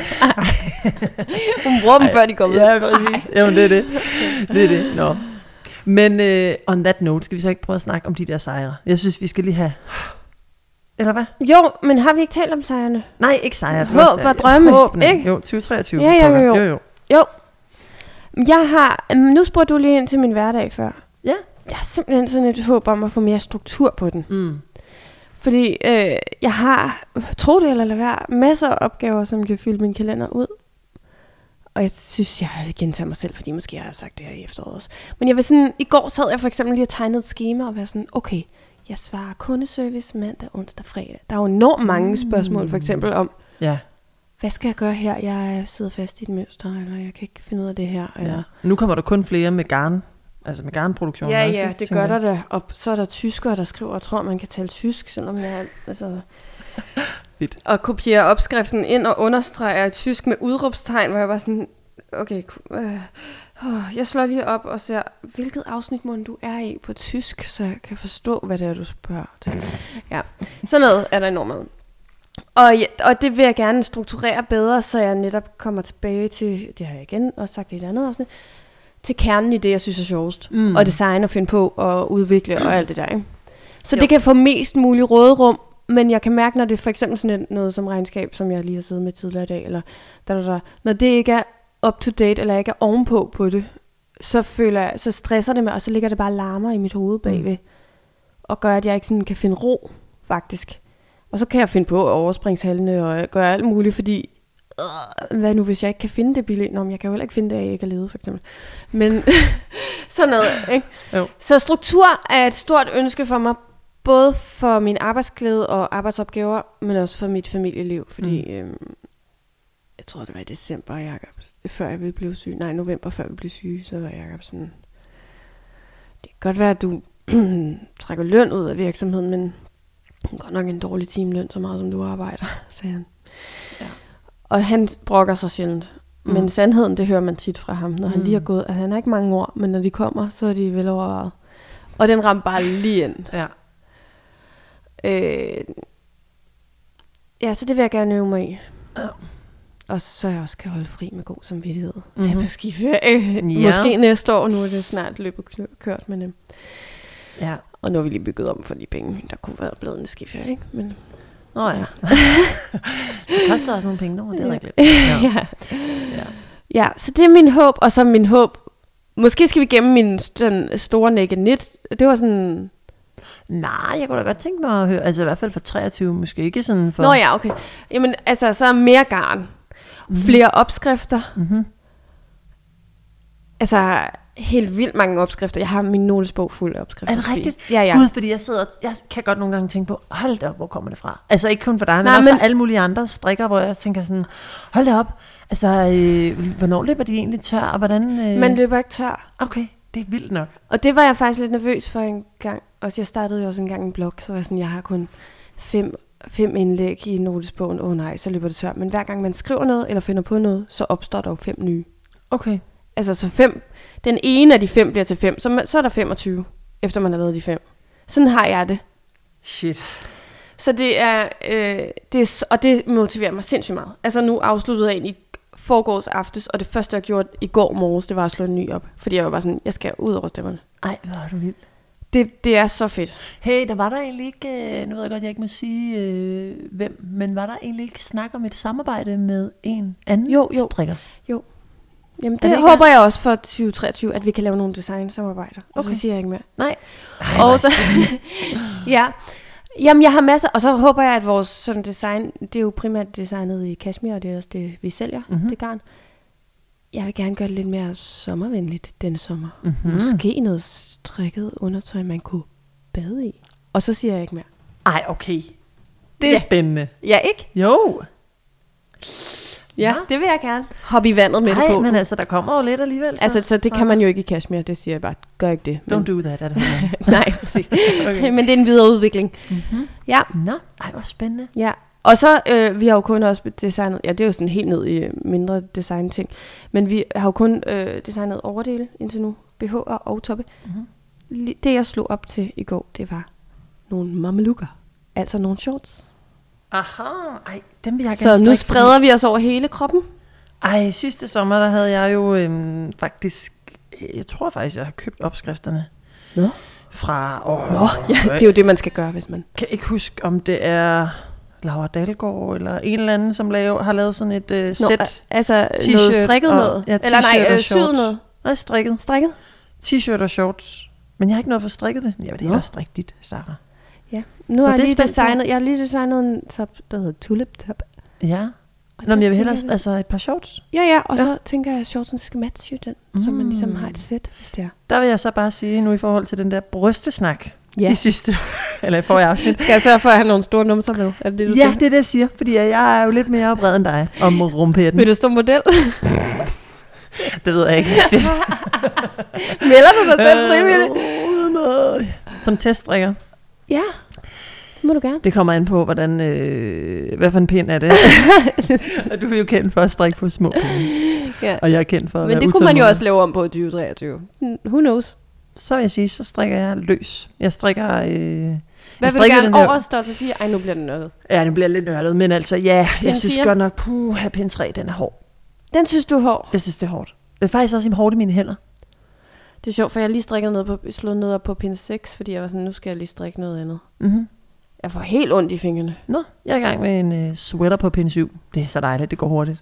A: Hun bruger dem,
B: Ej,
A: før de går ud.
B: Ja, præcis. Jamen, det er det. Det er det. Nå. Men øh, on that note, skal vi så ikke prøve at snakke om de der sejre? Jeg synes, vi skal lige have... Eller hvad?
A: Jo, men har vi ikke talt om sejrene?
B: Nej, ikke sejre. det
A: Håb
B: var sejre.
A: og drømme,
B: Håbene.
A: ikke?
B: Jo, 2023.
A: Ja, ja,
B: pokker.
A: jo, jo.
B: jo, jo.
A: Jo. Jeg har... øhm, Nu spurgte du lige ind til min hverdag før.
B: Ja.
A: Jeg har simpelthen sådan et håb om at få mere struktur på den.
B: Mm.
A: Fordi øh, jeg har, tro det eller lad være, masser af opgaver, som kan fylde min kalender ud. Og jeg synes, jeg gentager mig selv, fordi måske jeg har sagt det her i efteråret også. Men jeg vil sådan, i går sad jeg for eksempel lige og tegnede et schema og var sådan, okay, jeg svarer kundeservice mandag, onsdag, fredag. Der er jo enormt mange spørgsmål, for eksempel om,
B: Mm. Ja,
A: hvad skal jeg gøre her? Jeg sidder fast i et mønster, eller jeg kan ikke finde ud af det her. Eller...
B: ja. Nu kommer der kun flere med garn. Altså med garnproduktion.
A: Ja,
B: også,
A: ja,
B: ikke?
A: det
B: Tænker
A: gør der
B: jeg.
A: da. Og så er der tyskere, der skriver og tror, man kan tale tysk, selvom jeg altså...
B: Fedt.
A: Og kopierer opskriften ind og understreger i tysk med udråbstegn, hvor jeg var sådan, okay, ku- øh, åh, jeg slår lige op og ser, hvilket afsnit må du er i på tysk, så jeg kan forstå, hvad det er, du spørger til. Ja, sådan noget er der enormt meget. Og, ja, og det vil jeg gerne strukturere bedre, så jeg netop kommer tilbage til, det har jeg igen også sagt i et andet afsnit, til kernen i det, jeg synes er sjovest. Mm.
B: Mm.
A: Og design og finde på og udvikle og alt det der. Ikke? Så jo.
B: Jo.
A: det kan få mest mulig råderum, men jeg kan mærke, når det er for eksempel sådan et- noget som regnskab, som jeg lige har siddet med tidligere i dag, eller da, da, da, når det ikke er up to date, eller jeg ikke er ovenpå på det, så føler jeg, så stresser det mig, og så ligger det bare og larmer i mit hoved bagved, mm. og gør, at jeg ikke sådan kan finde ro, faktisk. Og så kan jeg finde på overspringshalene og gøre alt muligt, fordi øh, hvad nu, hvis jeg ikke kan finde det billigt? Nå, men jeg kan jo heller ikke finde det, at jeg ikke er ledet, for eksempel. Men sådan noget, ikke?
B: Jo.
A: Så struktur er et stort ønske for mig, både for min arbejdsglæde og arbejdsopgaver, men også for mit familieliv, fordi mm. øhm, jeg tror, det var i december, Jacob, før jeg ville blive syg. Nej, november, før vi blev syge, så var Jacob sådan, det kan godt være, at du trækker løn ud af virksomheden, men det er godt nok en dårlig timeløn, så meget som du arbejder, sagde han.
B: Ja.
A: Og han brokker sig sjældent. Mm.
B: Mm.
A: Men sandheden, det hører man tit fra ham, når han
B: Mm.
A: lige har gået, at han har ikke mange ord, men når de kommer, så er de velovervejet. Og den ramte bare lige ind.
B: Ja.
A: Øh, ja, så det vil jeg gerne øve mig i.
B: Ja.
A: Og så jeg også kan holde fri med god samvittighed. Mm-hmm. Tag
B: Mhm.
A: på skiferie.
B: Ja.
A: Måske næste år, nu er det snart løbet kø- kørt med dem.
B: ja.
A: Og nu har vi lige bygget om for de penge, der kunne være blevet en skiferie, ikke? Men,
B: Nå ja. det koster også nogle penge, når det er rigtigt. Ja.
A: ja.
B: ja.
A: Ja, så det er min håb, og så min håb. Måske skal vi gemme min st- den store naked knit. Det var sådan...
B: Nej, jeg kunne da godt tænke mig at høre, altså i hvert fald for 23, måske ikke sådan for...
A: Nå ja, okay. Jamen, altså, så mere garn.
B: Mhm.
A: Flere opskrifter.
B: Mm-hmm.
A: Altså, helt vildt mange opskrifter. Jeg har min notesbog fuld af opskrifter.
B: Er det
A: Sofie.
B: rigtigt?
A: Ja, ja.
B: Gud, fordi jeg sidder, jeg kan godt nogle gange tænke på, hold da op, hvor kommer det fra? Altså ikke kun for dig, men
A: Nej,
B: Nej, også
A: men-
B: for alle mulige andre strikker, hvor jeg tænker sådan, hold da op, altså øh, hvornår løber de egentlig tør, og hvordan... Øh...
A: Man løber ikke tør.
B: Okay, det er vildt nok.
A: Og det var jeg faktisk lidt nervøs for en gang. Også jeg startede jo også en gang en blog, så var jeg sådan, jeg har kun fem, fem indlæg i notesbogen. Åh oh, nej, så løber det tør. Men hver gang man skriver noget, eller finder på noget, så opstår der jo fem nye.
B: Okay.
A: Altså, så fem... den ene af de fem bliver til fem, så, man, så er der 25, efter man har lavet de fem. Sådan har jeg det.
B: Shit.
A: Så det er, øh, det er, s- og det motiverer mig sindssygt meget. Altså nu afsluttede jeg egentlig forgårs aftes, og det første jeg gjorde i går morges, det var at slå en ny op. Fordi jeg var bare sådan, jeg skal ud over stemmerne.
B: Ej, hvor er du vild.
A: Det, det er så fedt.
B: Hey, der var der egentlig ikke, øh, nu ved jeg godt, jeg ikke må sige øh, hvem, men var der egentlig ikke snak om et samarbejde med en anden
A: Jo, jo.
B: strikker?
A: Jamen
B: det
A: det, det
B: ikke
A: håber jeg også for 2023, at vi kan lave nogle designsamarbejder. Okay.
B: Okay.
A: Så siger jeg ikke mere.
B: Nej. Ej, hvor er
A: Og så, ja. Jamen, jeg har masser, og så håber jeg, at vores sådan design, det er jo primært designet i Kashmir, og det er også det, vi sælger,
B: Mhm.
A: mm-hmm. det garn. Jeg vil gerne gøre det lidt mere sommervenligt denne sommer.
B: Mhm.
A: Mm-hmm. Måske noget strikket undertøj, man kunne bade i. Og så siger jeg ikke mere.
B: Ej, okay. Det er ja.
A: Ja.
B: spændende.
A: Ja, ikke?
B: Jo.
A: Ja, det vil jeg gerne. Hoppe i vandet med Ej, det
B: Nej,
A: på. Mm.
B: men
A: Men,
B: altså, der kommer jo lidt alligevel. Så.
A: altså, så det kan man jo ikke i Kashmir, det siger jeg bare. Gør ikke det.
B: Don't do that, er det hun
A: Nej, præcis.
B: Okay.
A: okay. Men det er en videre udvikling. Mm-hmm. Ja.
B: er. Nå, ej, hvor spændende.
A: Ja, og så, øh, vi har jo kun også designet, ja det er jo sådan helt ned i øh, mindre design ting, men vi har jo kun øh, designet overdele indtil nu, BH'er og toppe. Mm-hmm. Det jeg slog op til i går, det var nogle mamelukker, altså nogle shorts.
B: Aha, ej, dem vil jeg gerne
A: Så nu
B: strikke, fordi-
A: spreder vi os over hele kroppen.
B: Ej, sidste sommer, der havde jeg jo øhm, faktisk, jeg tror faktisk, jeg har købt opskrifterne
A: Nå.
B: fra... Åh,
A: Nå, ja, det er jo det, man skal gøre, hvis man...
B: kan ikke huske, om det er Laura Dalgaard eller en eller anden, som lave, har lavet sådan et øh,
A: Nå,
B: sæt.
A: al- altså
B: t-shirt
A: noget strikket
B: og-
A: noget.
B: ja,
A: Eller nej,
B: t-shirt og
A: øh, syet
B: shorts.
A: noget.
B: Nej, strikket.
A: Strikket?
B: T-shirt og shorts. Men jeg har ikke noget for strikket det. Jeg vil
A: Nå.
B: hellere strikke dit, Sarah.
A: Ja. Nu
B: Så
A: har jeg
B: det er
A: lige
B: spændt på.
A: designet, jeg har lige designet en top, der hedder Tulip Top.
B: Ja.
A: Og
B: Nå, men
A: den
B: jeg
A: tænker
B: vil hellere altså et par shorts.
A: Ja, ja, og
B: Ja.
A: ja. så tænker jeg, at shortsen skal matche jo den, mm. så man ligesom har et sæt, hvis det er.
B: Der vil jeg så bare sige nu i forhold til den der brystesnak
A: Ja.
B: i sidste, eller i forrige afsnit.
A: Skal jeg sørge for at have nogle store numser med? Er det det, du
B: Ja,
A: tænker?
B: det er det, jeg siger, fordi jeg er jo lidt mere opred end dig om rumpetten.
A: Vil du stå model?
B: Det ved jeg ikke. Det,
A: Melder du dig selv frivilligt?
B: Som teststrikker.
A: Ja, det må du gerne.
B: Det kommer an på, hvordan, øh, hvad for en pind er det. og du er jo kendt for at strikke på små pinde,
A: Ja.
B: og jeg er kendt for at
A: Men
B: være
A: det kunne man jo
B: utålmodig.
A: også lave om på i 2023. Hmm, Who knows?
B: Så vil jeg sige, så strikker jeg løs. Jeg strikker... Øh,
A: Hvad
B: jeg
A: vil du
B: strikkede
A: gerne
B: den her-
A: over størrelse 4? Ej, nu bliver den noget.
B: Ja, det bliver lidt nørdet, men altså, ja, jeg
A: Pind
B: synes
A: fire?
B: godt nok, puh, her pind 3, den er hård.
A: Den synes du er hård.
B: Jeg synes, det er hårdt. Det er faktisk også hårdt i mine hænder.
A: Det er sjovt, for jeg har lige strikket noget på, slået noget op på pin 6, fordi jeg var sådan, nu skal jeg lige strikke noget andet.
B: Mm-hmm.
A: Jeg får helt ondt i fingrene.
B: Nå, jeg er i gang med en øh, sweater på pind 7. Det er så dejligt, det går hurtigt.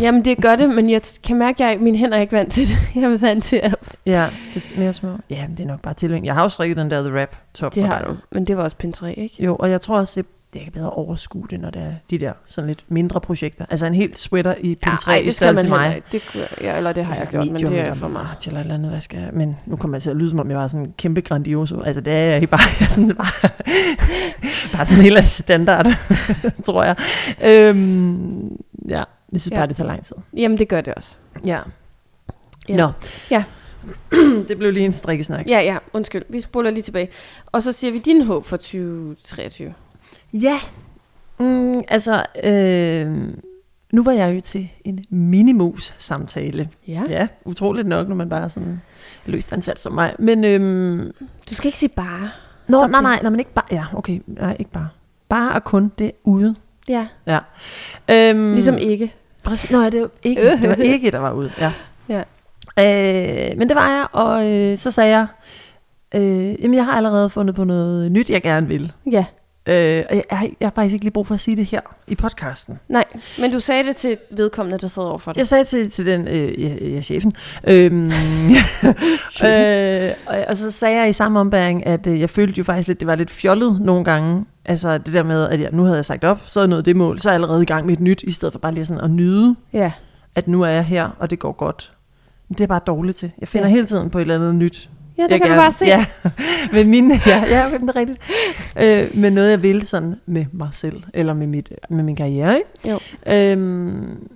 A: Jamen, det gør det, men jeg kan mærke, at jeg, mine hænder er ikke vant til det. Jeg er vant til at...
B: Ja, det er mere små. Ja, men det er nok bare tilvæng. Jeg har jo strikket den der The Wrap top.
A: Det
B: fra
A: har
B: dig.
A: du. Men det var også pin 3, ikke?
B: Jo, og jeg tror også, det, det kan bedre overskue det, når det er de der sådan lidt mindre projekter. Altså en helt sweater i pin 3
A: ej,
B: i størrelse til mig.
A: ikke. Det, kunne- ja, eller det har jeg gjort, men det er for meget.
B: Eller et eller andet, hvad skal jeg? Men nu kommer jeg til at lyde, som om jeg var sådan en kæmpe grandioso. Altså det er jeg ikke bare. Jeg er sådan, bare, bare sådan helt standard, tror jeg. Øhm, ja, jeg synes
A: Ja.
B: ja. bare, det tager lang tid.
A: Jamen, det gør det også.
B: Ja.
A: Ja.
B: Nå.
A: Ja.
B: det blev lige en strikkesnak.
A: Ja, ja, undskyld. Vi spoler lige tilbage. Og så siger vi din håb for 2023.
B: Ja. Mm, altså, øh, nu var jeg jo til en minimus-samtale.
A: Ja.
B: Ja. ja, utroligt nok, når man bare er sådan løst ansat som mig. Men, øhm,
A: Du skal ikke sige bare.
B: nå,
A: Stop
B: nej,
A: det.
B: nej, når man ikke bare... Ja, okay, nej, ikke bare. Bare og kun det er ude.
A: Ja,
B: Øhm,
A: mm. ligesom ikke.
B: Præcis, nej, det var ikke, det var ikke, der var ude. Ja.
A: Ja.
B: Øh, men det var jeg, og øh, så sagde jeg, øh, jamen jeg har allerede fundet på noget nyt, jeg gerne vil.
A: Ja,
B: Øh, og jeg, jeg, jeg har faktisk ikke lige brug for at sige det her i podcasten.
A: nej. Men du sagde det til vedkommende, der sad overfor dig.
B: Jeg sagde til, til den, øh, ja, ja, chefen, øhm, øh, og, og så sagde jeg i samme ombæring, at øh, jeg følte jo faktisk lidt, det var lidt fjollet nogle gange. Altså det der med, at jeg, nu havde jeg sagt op, så er noget det mål, så er jeg allerede i gang med et nyt, i stedet for bare lige sådan at nyde,
A: Ja,
B: at nu er jeg her, og det går godt. Men det er jeg bare dårligt til. Jeg finder ja.
A: Ja.
B: hele tiden på et eller andet nyt.
A: ja det kan
B: jeg
A: du
B: gerne-
A: bare se.
B: Ja, med mine, ja, ja okay, det er rigtigt. Øh, med noget, jeg vil sådan med mig selv, eller med, mit, med min karriere, ikke?
A: Jo.
B: Øhm,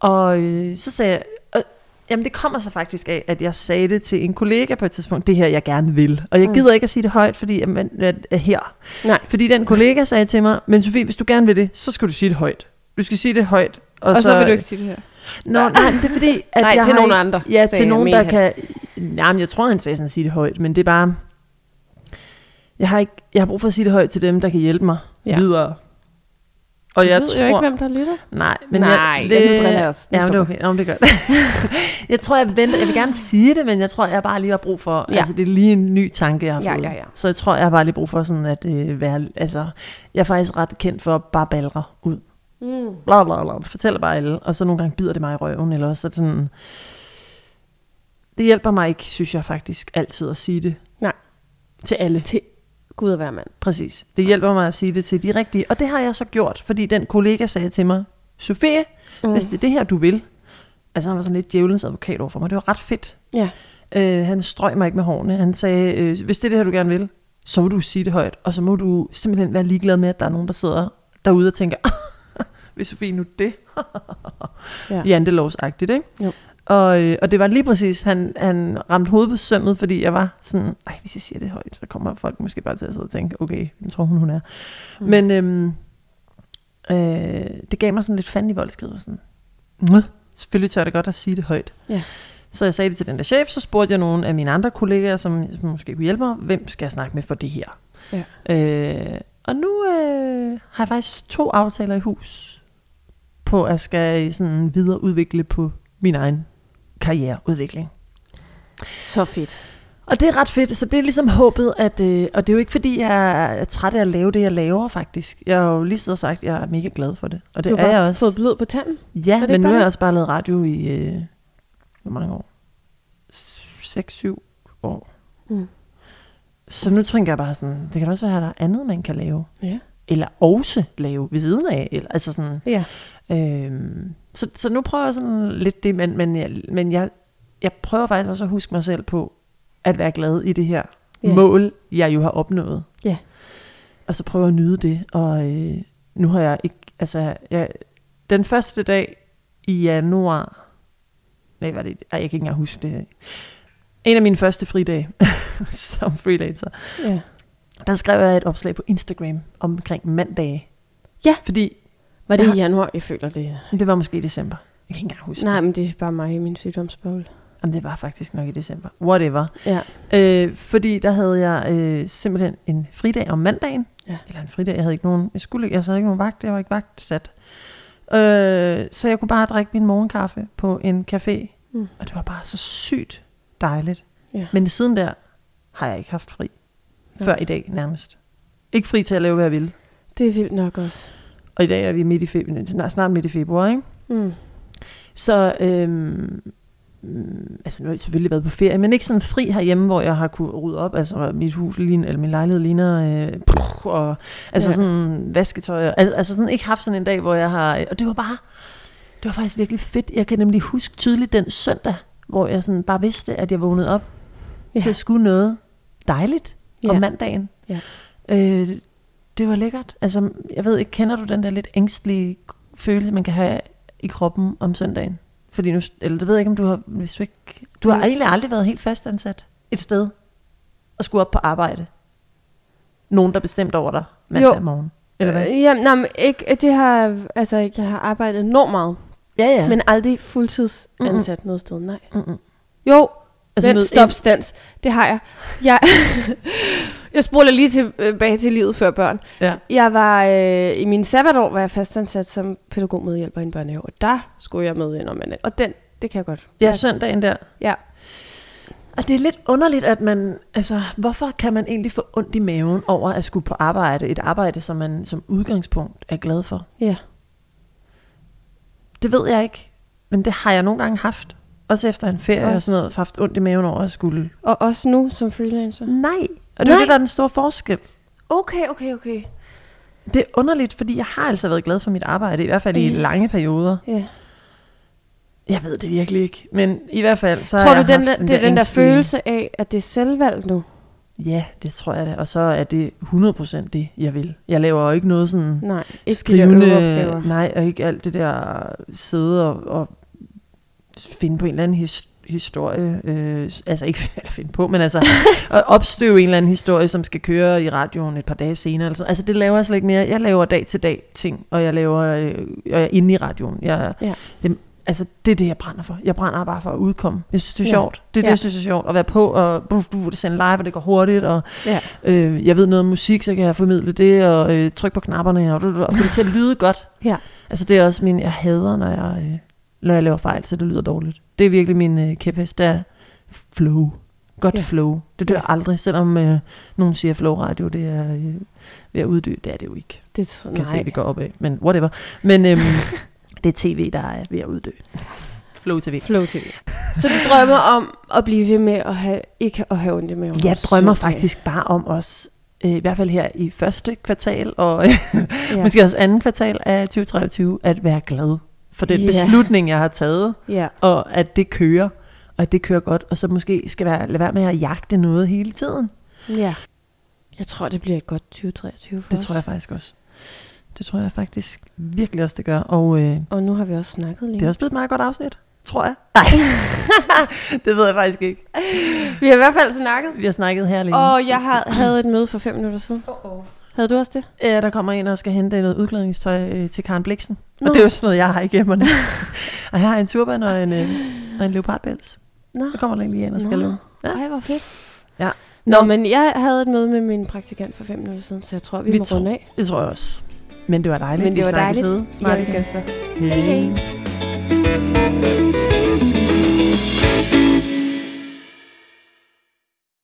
B: og øh, så sagde jeg, øh, jamen det kommer så faktisk af, at jeg sagde det til en kollega på et tidspunkt, det her jeg gerne vil. Og jeg
A: Mm.
B: gider ikke at sige det højt, fordi jamen, at, at her.
A: Nej.
B: Fordi den kollega sagde til mig, men Sofie, hvis du gerne vil det, så skal du sige det højt. Du skal sige det højt.
A: Og, så, vil du ikke sige det her.
B: Nå, nej, men det er fordi... At
A: Nej, til
B: jeg har
A: nogle
B: ikke-
A: andre,
B: Ja,
A: sagde
B: til nogen, der
A: han, mener
B: kan... Nej, men jeg tror, han sagde sådan at sige det højt, men det er bare... Jeg har, ikke, jeg har brug for at sige det højt til dem, der kan hjælpe mig
A: Ja.
B: ja. videre. Og
A: Du
B: jeg
A: ved
B: tror...
A: jo ikke, hvem der lytter.
B: Nej, men
A: Nej,
B: jeg,
A: ja, nu driller jeg også. Nu
B: ja, men det er
A: stopper
B: okay. Nå, men det gør det. jeg tror, jeg venter. Jeg vil gerne sige det, men jeg tror, jeg bare lige har brug for...
A: Ja.
B: Ja. Altså, det er lige en ny tanke, jeg har
A: Ja,
B: fået.
A: ja, ja.
B: Så jeg tror, jeg har bare lige brug for sådan at øh, være... Altså, jeg er faktisk ret kendt for at bare balre ud.
A: Mm.
B: Bla, bla, bla. Fortæller bare alle. Og så nogle gange bider det mig i røven, eller også så er det sådan... Det hjælper mig ikke, synes jeg faktisk, altid at sige det.
A: Nej.
B: Til alle.
A: Til Gud og hver mand.
B: Præcis. Det hjælper mig at sige det til de rigtige. Og det har jeg så gjort, fordi den kollega sagde til mig, Sofie,
A: Mm.
B: mm. hvis det er det her, du vil. Altså han var sådan lidt djævelens advokat over for mig. Det var ret fedt.
A: Ja.
B: Øh, han strøg mig ikke med hårene. Han sagde, øh, hvis det er det her, du gerne vil, så må du sige det højt. Og så må du simpelthen være ligeglad med, at der er nogen, der sidder derude og tænker, hvis Sofie nu det.
A: Ja.
B: ja. Jantelovsagtigt, ikke?
A: Jo.
B: Og, øh, og det var lige præcis, han, han ramte hovedet på sømmet, fordi jeg var sådan, nej, hvis jeg siger det højt, så kommer folk måske bare til at sidde og tænke, okay, hvem tror hun, hun er?
A: Mm.
B: Mm. Men øhm, øh, det gav mig sådan lidt fanden i voldsked, og sådan, "Mwah." selvfølgelig tør jeg da godt at sige det højt.
A: Ja.
B: Så jeg sagde det til den der chef, så spurgte jeg nogle af mine andre kollegaer, som, som måske kunne hjælpe mig, hvem skal jeg snakke med for det her?
A: Ja.
B: Øh, og nu øh, har jeg faktisk to aftaler i hus på, at jeg skal sådan videreudvikle på min egen karriereudvikling.
A: Så fedt.
B: Og det er ret fedt, så det er ligesom håbet, at, øh, og det er jo ikke fordi, jeg er træt af at lave det, jeg laver faktisk. Jeg har jo lige siddet og sagt, at jeg er mega glad for det, og det
A: du har
B: er jeg
A: bare fået
B: også.
A: blod på tanden.
B: Ja,
A: det
B: men nu
A: bare
B: har jeg
A: det?
B: også bare lavet radio i, øh, hvor mange år? 6-7 år.
A: Mm.
B: Så nu tænker jeg bare sådan, det kan da også være, at der er andet, man kan lave.
A: Ja.
B: Eller også lave ved siden af. Eller, altså sådan,
A: Ja.
B: Øhm, så, så nu prøver jeg sådan lidt det, men, men, jeg, men jeg, jeg prøver faktisk også at huske mig selv på at være glad i det her
A: Ja.
B: yeah. mål, jeg jo har opnået.
A: Ja.
B: Og så prøver jeg at nyde det, og øh, nu har jeg ikke, altså jeg, den første dag i januar, nej, var det, ej, jeg kan ikke engang huske det her. En af mine første fridage som freelancer,
A: ja.
B: der skrev jeg et opslag på Instagram omkring mandage.
A: Ja.
B: Fordi
A: Var det
B: Jeg
A: i januar, jeg føler det?
B: det var måske i december. Jeg kan ikke engang huske
A: Nej,
B: det.
A: men det er bare mig i min sygdomsbogle.
B: Jamen, det var faktisk nok i december. Whatever.
A: Ja.
B: Øh, fordi der havde jeg øh, simpelthen en fridag om mandagen.
A: Ja.
B: Eller en fridag, jeg havde ikke nogen, jeg skulle, ikke- jeg havde ikke nogen vagt, jeg var ikke vagtsat. Øh, så jeg kunne bare drikke min morgenkaffe på en café.
A: Mm.
B: Og det var bare så sygt dejligt.
A: Ja.
B: Men siden der har jeg ikke haft fri. Før i dag nærmest. Ikke fri til at lave, hvad jeg ville.
A: Det er vildt nok også.
B: Og i dag er vi midt i februar, snart midt i februar, ikke?
A: Mm.
B: Så øhm, mm, altså nu har jeg selvfølgelig været på ferie, men ikke sådan fri herhjemme, hvor jeg har kunne rydde op. Altså mit hus ligner, eller min lejlighed ligner, øh, pff, og altså
A: Ja.
B: ja. sådan vasketøj. og- Altså, altså sådan ikke haft sådan en dag, hvor jeg har, og det var bare, det var faktisk virkelig fedt. Jeg kan nemlig huske tydeligt den søndag, hvor jeg sådan bare vidste, at jeg vågnede op
A: Ja.
B: ja. til at skulle noget dejligt
A: Ja.
B: ja. om mandagen.
A: Ja.
B: Øh, det var lækkert. Altså, jeg ved ikke, kender du den der lidt ængstlige følelse, man kan have i kroppen om søndagen? Fordi nu, eller det ved jeg ikke, om du har, hvis du ikke, du har
A: Mm.
B: egentlig aldrig været helt fastansat et sted og skulle op på arbejde. Nogen, der bestemte over dig mandag
A: Jo.
B: morgen. Eller hvad?
A: Øh, jamen, nej, men ikke, det har, altså, jeg har arbejdet enormt meget,
B: Ja, ja.
A: ja. men aldrig fuldtidsansat mm. noget sted, nej.
B: Mm-mm.
A: Jo, altså,
B: Altså,
A: vent,
B: noget
A: stop,
B: ind-
A: stans. Det har jeg. Jeg, jeg spoler lige tilbage til livet før børn.
B: Ja.
A: Jeg var øh, i min sabbatår, var jeg fastansat som pædagogmedhjælper i en børnehave, og der skulle jeg med ind om mandagen. Og den, det kan jeg godt.
B: ja, søndagen der.
A: Ja.
B: Og det er lidt underligt, at man, altså, hvorfor kan man egentlig få ondt i maven over at skulle på arbejde, et arbejde, som man som udgangspunkt er glad for?
A: Ja.
B: Det ved jeg ikke, men det har jeg nogle gange haft. Også efter en ferie og
A: Også.
B: sådan noget, haft ondt i maven over at skulle...
A: Og også nu som freelancer.
B: Nej, og det er
A: Nej.
B: jo det, der er den store forskel.
A: Okay, okay, okay.
B: Det er underligt, fordi jeg har altså været glad for mit arbejde, i hvert fald i
A: Ja.
B: lange perioder.
A: Ja.
B: Jeg ved det virkelig ikke, men i hvert fald så har
A: Tror du,
B: jeg
A: den
B: haft
A: der, det er den der
B: ængstelige-
A: følelse af, at det er selvvalgt nu?
B: Ja, det tror jeg da. Og så er det 100% det, jeg vil. Jeg laver jo ikke noget sådan...
A: Nej, ikke
B: skrivende,
A: de der øveopgaver.
B: nej, og ikke alt det der sidde og, og finde på en eller anden his, historie, øh, altså ikke eller finde på, men altså at opstøve en eller anden historie, som skal køre i radioen et par dage senere. Altså, altså det laver jeg slet ikke mere. Jeg laver dag til dag ting, og jeg laver øh, og jeg er inde i radioen. Jeg,
A: Ja.
B: det, altså, det er det, jeg brænder for. Jeg brænder bare for at udkomme. Jeg synes, det er
A: Ja.
B: sjovt. Det er det,
A: Ja.
B: jeg synes er sjovt. At være på, og du, du det sende live, og det går hurtigt, og
A: Ja.
B: øh, jeg ved noget om musik, så kan jeg formidle det, og øh, trykke på knapperne, og, og få det til at lyde godt.
A: Ja.
B: Altså, det er også min, jeg hader, når jeg, øh, når jeg laver fejl, så det lyder dårligt. Det er virkelig min øh, kæphest, det er flow. Godt
A: Ja.
B: ja. flow. Det dør
A: Ja.
B: ja. aldrig, selvom øh, nogen siger, at flow-radio det er øh, ved at uddø. Det er det jo ikke.
A: Det er sådan,
B: Kan jeg se,
A: nej.
B: det går opad, men whatever. Men øhm, det er tv, der er ved at uddø. Flow TV.
A: Flow TV. Så du drømmer om at blive ved med at have, ikke at have ondt i maven?
B: Jeg drømmer
A: Syv dage.
B: faktisk bare om os, øh, i hvert fald her i første kvartal, og
A: Ja.
B: måske også anden kvartal af 2023, at være glad for den
A: Ja.
B: beslutning, jeg har taget,
A: ja.
B: og at det kører, og at det kører godt, og så måske skal være, lade være med at jagte noget hele tiden.
A: ja. Jeg tror, det bliver et godt 2023 for
B: Det
A: os.
B: tror jeg faktisk også. Det tror jeg faktisk virkelig også, det gør, og... Øh,
A: Og nu har vi også snakket
B: Det er
A: længe.
B: også blevet et meget godt afsnit, tror jeg. Nej, det ved jeg faktisk ikke.
A: Vi har i hvert fald snakket.
B: Vi har snakket her længe.
A: Og jeg har, havde et møde for fem minutter siden.
B: Oh.
A: Havde du også det?
B: Ja, Øh, der kommer en og skal hente noget udklædningstøj øh, til Karen Bliksen.
A: Nå.
B: Og det er jo sådan noget, jeg har i gemmerne. og jeg har en turban og en, øh, og en leopardpels.
A: Nå.
B: Der kommer der lige en og skal
A: Nå.
B: låne. Ja.
A: Ej, hvor fedt.
B: Ja.
A: Nå, men jeg havde et møde med min praktikant for fem minutter siden, så jeg tror, vi, vi
B: Vi
A: må
B: tror-
A: runde af.
B: Det tror jeg også. Men det var dejligt.
A: Men det
B: Vi
A: var
B: snakkes
A: dejligt.
B: ved. Snart
A: Ja, det
B: igen.
A: gør så.
B: Hej.
A: Hej, hej.